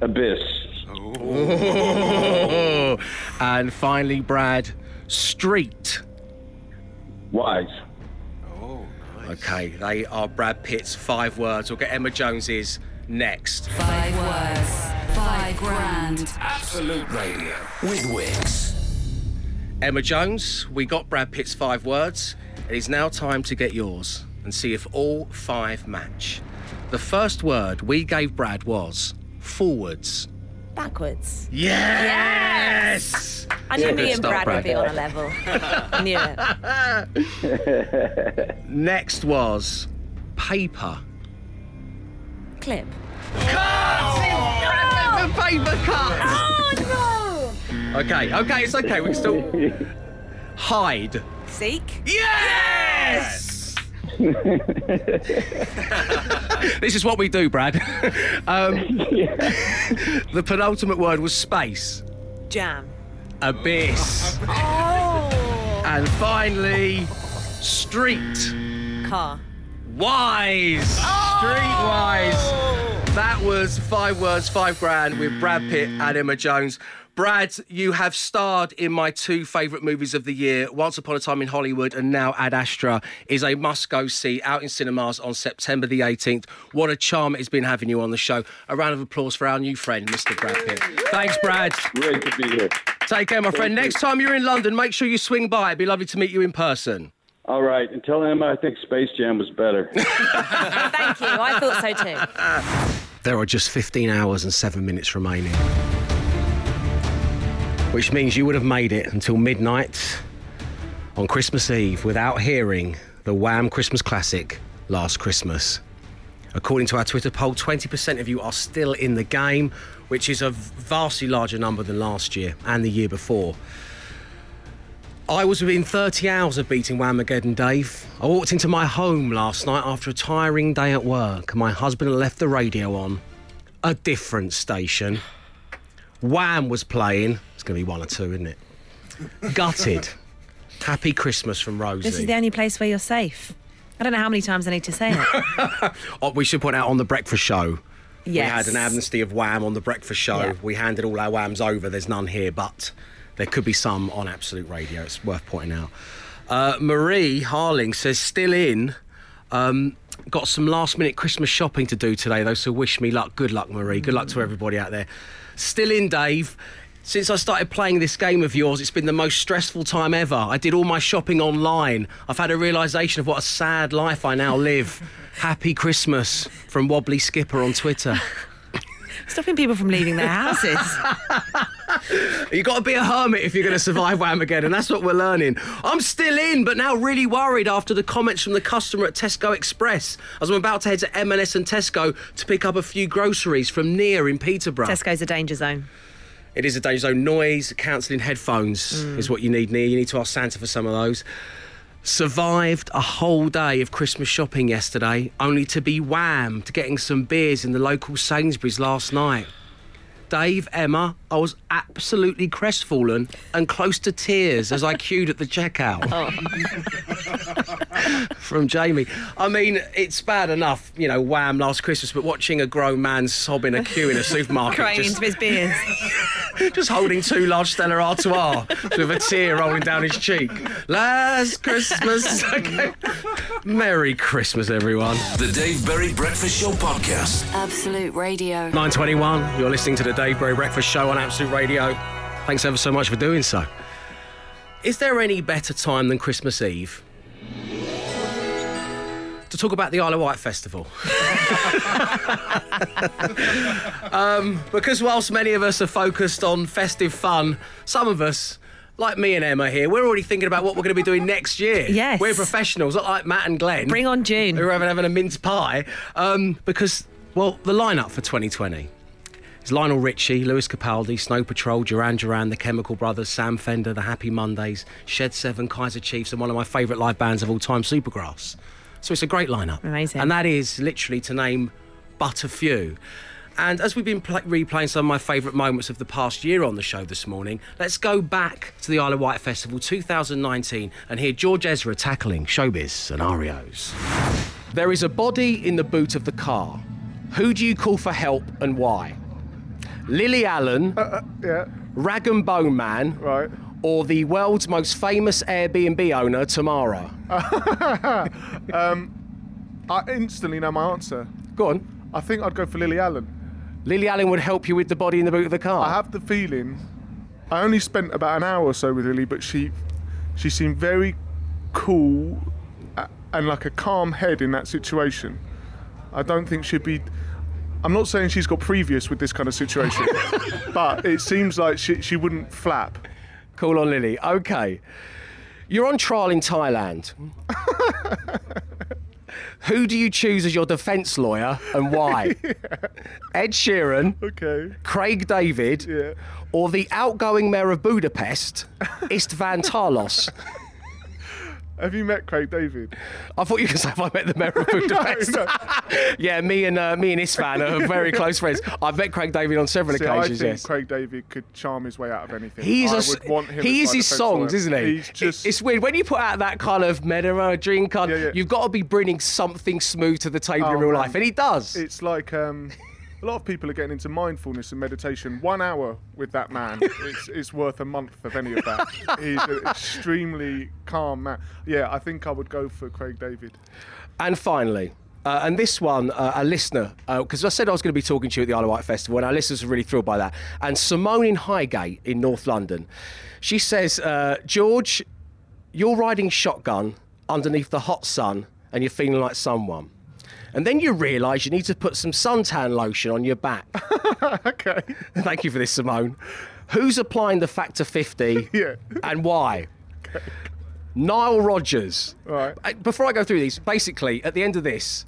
Abyss.
Oh. and finally, Brad, street. Oh,
Wise.
Okay, they are Brad Pitt's five words. We'll get Emma Jones's next.
Five words, five grand.
Absolute Radio with Wix.
Emma Jones, we got Brad Pitt's five words. It is now time to get yours and see if all five match. The first word we gave Brad was forwards.
Backwards.
Yes!
I knew
Yeah,
me
good
and
start,
Brad, would be
Brad.
on a level. knew it.
Next was paper.
Clip.
The paper cut!
Oh
Okay, okay, it's okay. We can still hide.
no! Seek.
Yes! this is what we do, Brad. um, the penultimate word was space,
Jam.
abyss,
Oh.
and finally, street.
Car.
Wise. Streetwise. That was five words, five grand with Brad Pitt and Emma Jones. Brad, you have starred in my two favourite movies of the year, Once Upon a Time in Hollywood and now Ad Astra, is a must go see out in cinemas on September the 18th. What a charm it's been having you on the show. A round of applause for our new friend, Mr. Brad Pitt. Thanks, Brad.
Great to be here.
Take care, my
Thank
friend.
you.
Next time you're in London, make sure you swing by. It'd be lovely to meet you in person.
All right. And tell Emma I think Space Jam was better.
Thank you. I thought so too.
There are just 15 hours and 7 minutes remaining. Which means you would have made it until midnight on Christmas Eve without hearing the Wham Christmas classic Last Christmas. According to our Twitter poll, 20% of you are still in the game, which is a vastly larger number than last year and the year before. I was within 30 hours of beating Whamageddon, Dave. I walked into my home last night after a tiring day at work, and my husband had left the radio on. A different station. Wham was playing. It's going to be one or two, isn't it? Gutted. Happy Christmas from Rosie.
This is the only place where you're safe. I don't know how many times I need to say it.
Oh, we should point out on the breakfast show. We
Yes.
had an amnesty of wham on the breakfast show.
Yeah.
We handed all our whams over. There's none here, but there could be some on Absolute Radio. It's worth pointing out. Uh, Marie Harling says, still in. Um, got some last minute Christmas shopping to do today, though, so wish me luck. Good luck, Marie. Good luck to everybody out there. Still in, Dave. Since I started playing this game of yours, it's been the most stressful time ever. I did all my shopping online. I've had a realization of what a sad life I now live. Happy Christmas from Wobbly Skipper on Twitter.
Stopping people from leaving their houses.
you got to be a hermit if you're going to survive Whamageddon. That's what we're learning. I'm still in, but now really worried after the comments from the customer at Tesco Express as I'm about to head to M&S and Tesco to pick up a few groceries from near in Peterborough.
Tesco's a danger zone.
It is a
Mm.
danger zone. Noise, cancelling headphones is what you need near. You need to ask Santa for some of those. survived a whole day of Christmas shopping yesterday, only to be whammed getting some beers in the local Sainsbury's last night. Dave, Emma, I was absolutely crestfallen and close to tears as I queued at the checkout.
Oh.
From Jamie. I mean, it's bad enough, you know, wham last Christmas, but watching a grown man sob in a queue in a supermarket.
Crying
just-
into his beers.
just holding two large Stella Artois with a tear rolling down his cheek. Last Christmas. Okay. Merry Christmas, everyone.
The Dave Berry Breakfast Show Podcast.
Absolute Radio.
921, you're listening to the Dave Berry Breakfast Show on Absolute Radio. Thanks ever so much for doing so. Is there any better time than Christmas Eve to talk about the Isle of Wight Festival? um, because whilst many of us are focused on festive fun, some of us, like me and Emma here, we're already thinking about what we're going to be doing next year.
Yes.
We're professionals, not like Matt and Glenn. Bring
on June.
Who are having, having a mince pie. Um, because, well, the lineup for 2020. It's Lionel Richie, Lewis Capaldi, Snow Patrol, Duran Duran, The Chemical Brothers, Sam Fender, The Happy Mondays, Shed Seven, Kaiser Chiefs, and one of my favourite live bands of all time, Supergrass. So it's a great lineup. Amazing. And that is literally to name but a few. And as we've been pl- replaying some of my favourite moments of the past year on the show this morning, let's go back to the Isle of Wight Festival 2019 and hear George Ezra tackling showbiz scenarios. There is a body in the boot of the car. Who do you call for help and why? Lily Allen, Uh, yeah. Rag and Bone Man, right. or the world's most famous Airbnb owner, Tamara?
um, I instantly know my answer.
Go on.
I think I'd go for Lily Allen.
Lily Allen would help you with the body in the boot of the car.
I have the feeling. I only spent about an hour or so with Lily, but she, she seemed very cool a- and like a calm head in that situation. I don't think she'd be. I'm not saying she's got previous with this kind of situation, but it seems like she, she wouldn't flap.
Call on Lily. Okay. You're on trial in Thailand. Who do you choose as your defence lawyer and why? Ed Sheeran,
okay.
Craig David, or the outgoing mayor of Budapest, Istvan Tarlos?
Have you met Craig David?
I thought you could say if I met the mayor of Budapest. yeah, me and uh, me and Istvan are very close friends. I've met Craig David on several
See,
occasions.
I think
yes.
Craig David could charm his way out of anything.
He's
I
a s-
would want him
he
as
is
my
his
defence
songs,
lawyer.
isn't he?
He's just
It- it's weird when you put out that kind of Medema dream card. You've got to be bringing something smooth to the table in
Oh,
real
man.
life, and he does.
It's like um, a lot of people are getting into mindfulness and meditation. One hour with that man, it's, it's worth a month of any of that. He's an extremely calm man. Yeah, I think I would go for Craig David.
And finally, uh, and this one, uh, a listener, because I said I was going to be talking to you at the Isle of Wight Festival, and our listeners were really thrilled by that. And Simone in Highgate in North London, she says, uh, George, you're riding shotgun underneath the hot sun, and you're feeling like someone. And then you realise you need to put some suntan lotion on your back. okay. Thank you for this, Simone. Who's applying the factor 50 and why? Nile Rodgers. Right. Before I go through these, basically, at the end of this,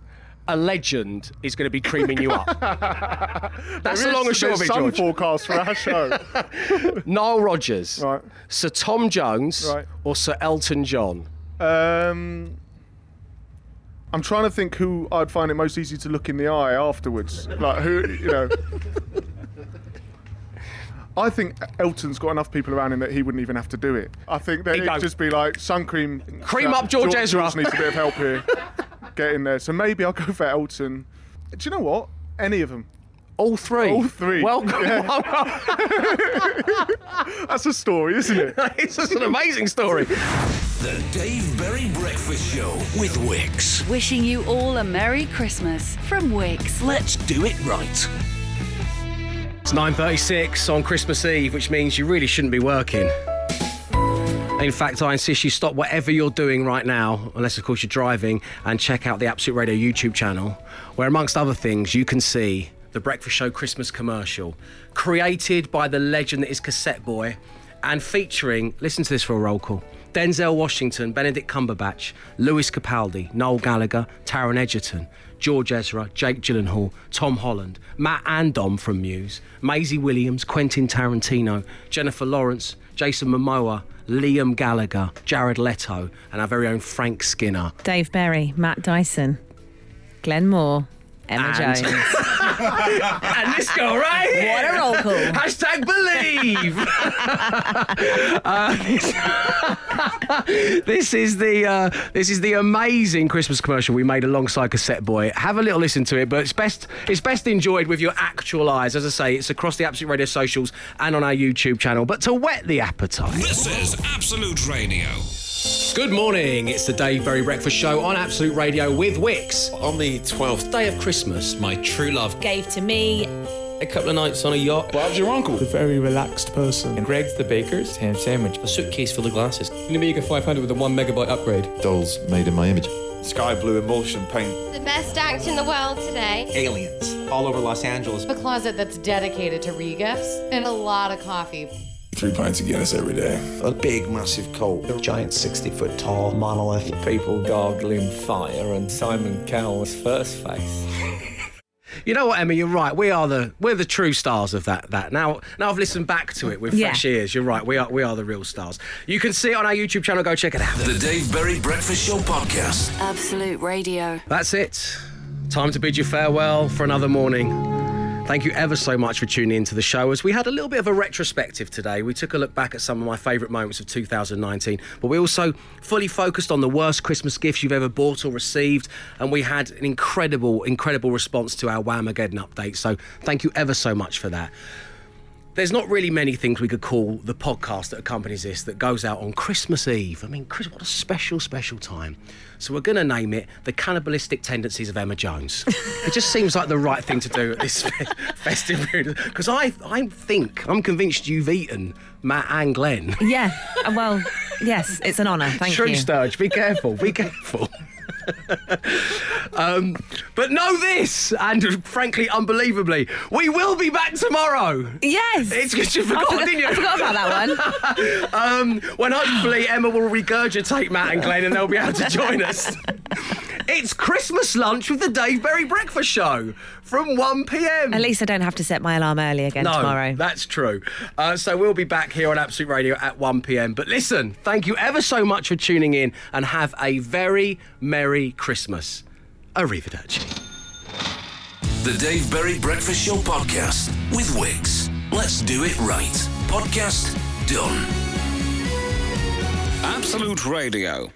a legend is going to be creaming you up. That's
There
the
is-
long and short of
there's
it,
sun
George.
forecast for our show.
Nile Rodgers, Sir Tom Jones,
Right.
or Sir Elton John?
Um, I'm trying to think who I'd find it most easy to look in the eye afterwards. Like who, you know. I think Elton's got enough people around him that he wouldn't even have to do it. I think that
Bingo.
it'd just be like sun cream.
Cream up George Ezra.
George needs a bit of help here. Get in there. So maybe I'll go for Elton. Do you know what? Any of them.
All three.
All three.
Well-
That's a story, isn't it?
it's just an amazing story.
The Dave Berry Breakfast Show with Wix.
Wishing you all a Merry Christmas from Wix.
Let's do it right.
It's 9.36 on Christmas Eve, which means you really shouldn't be working. In fact, I insist you stop whatever you're doing right now, unless, of course, you're driving, and check out the Absolute Radio YouTube channel, where, amongst other things, you can see the Breakfast Show Christmas commercial, created by the legend that is Cassette Boy, and featuring, listen to this for a roll call, Denzel Washington, Benedict Cumberbatch, Lewis Capaldi, Noel Gallagher, Taron Egerton, George Ezra, Jake Gyllenhaal, Tom Holland, Matt and Dom from Muse, Maisie Williams, Quentin Tarantino, Jennifer Lawrence, Jason Momoa, Liam Gallagher, Jared Leto, and our very own Frank Skinner.
Dave Berry, Matt Dyson, Glenn Moore, Emma
And-
Jones.
and this girl right here.
What a roll call.
Hashtag believe. Uh, this, this is the uh, this is the amazing Christmas commercial we made alongside Cassette Boy. Have a little listen to it, but it's best it's best enjoyed with your actual eyes. As I say, it's across the Absolute Radio socials and on our YouTube channel. But to whet the appetite.
This is Absolute Radio.
Good morning. It's the Dave Berry Breakfast Show on Absolute Radio with Wix. On the 12th day of Christmas, my true love
Gave to me.
A couple of nights on a yacht. Bob's your uncle. A very relaxed person. And Greg's the baker's ham sandwich. A suitcase full of glasses. An Amiga 500 with a one megabyte upgrade.
Dolls made in my image. Sky blue emulsion paint.
The best act in the world today.
Aliens. All over Los Angeles.
A closet that's dedicated to regifts and a lot of coffee.
Three pints of Guinness every day. A big, massive coat. A giant 60 foot tall monolith. People gargling fire and Simon Cowell's first face.
You know what, Emma? You're right. We are the we're the true stars of that. That now now I've listened back to it with
Yeah.
fresh ears. You're right. We are we are the real stars. You can see it on our YouTube channel. Go check it out.
The Dave Berry Breakfast Show Podcast.
Absolute Radio.
That's it. Time to bid you farewell for another morning. Thank you ever so much for tuning into the show. As we had a little bit of a retrospective today, we took a look back at some of my favourite moments of 2019, but we also fully focused on the worst Christmas gifts you've ever bought or received, and we had an incredible, incredible response to our Whamageddon update. So thank you ever so much for that there's not really many things we could call the podcast that accompanies this that goes out on Christmas Eve. I mean, Chris, what a special, special time. So we're going to name it The Cannibalistic Tendencies of Emma Jones. it just seems like the right thing to do at this fe- festive period. Because I, I think, I'm convinced you've eaten Matt and Glenn.
Yeah. uh, Well, yes, it's an honour. Thank
True
you.
Sturge, be careful, be careful. um, but know this, and frankly, unbelievably, we will be back tomorrow.
Yes.
It's because you
I
forgot,
forgot-
didn't you?
I forgot about that
one. um, when hopefully Emma will regurgitate Matt and Glenn and they'll be able to join us. It's Christmas lunch with the Dave Berry Breakfast Show from 1 pm.
At least I don't have to set my alarm early again
no,
tomorrow.
That's true. Uh, so we'll be back here on Absolute Radio at 1 pm. But listen, thank you ever so much for tuning in and have a very Merry Christmas. Arrivederci.
The Dave Berry Breakfast Show Podcast with Wix. Let's do it right. Podcast done.
Absolute Radio.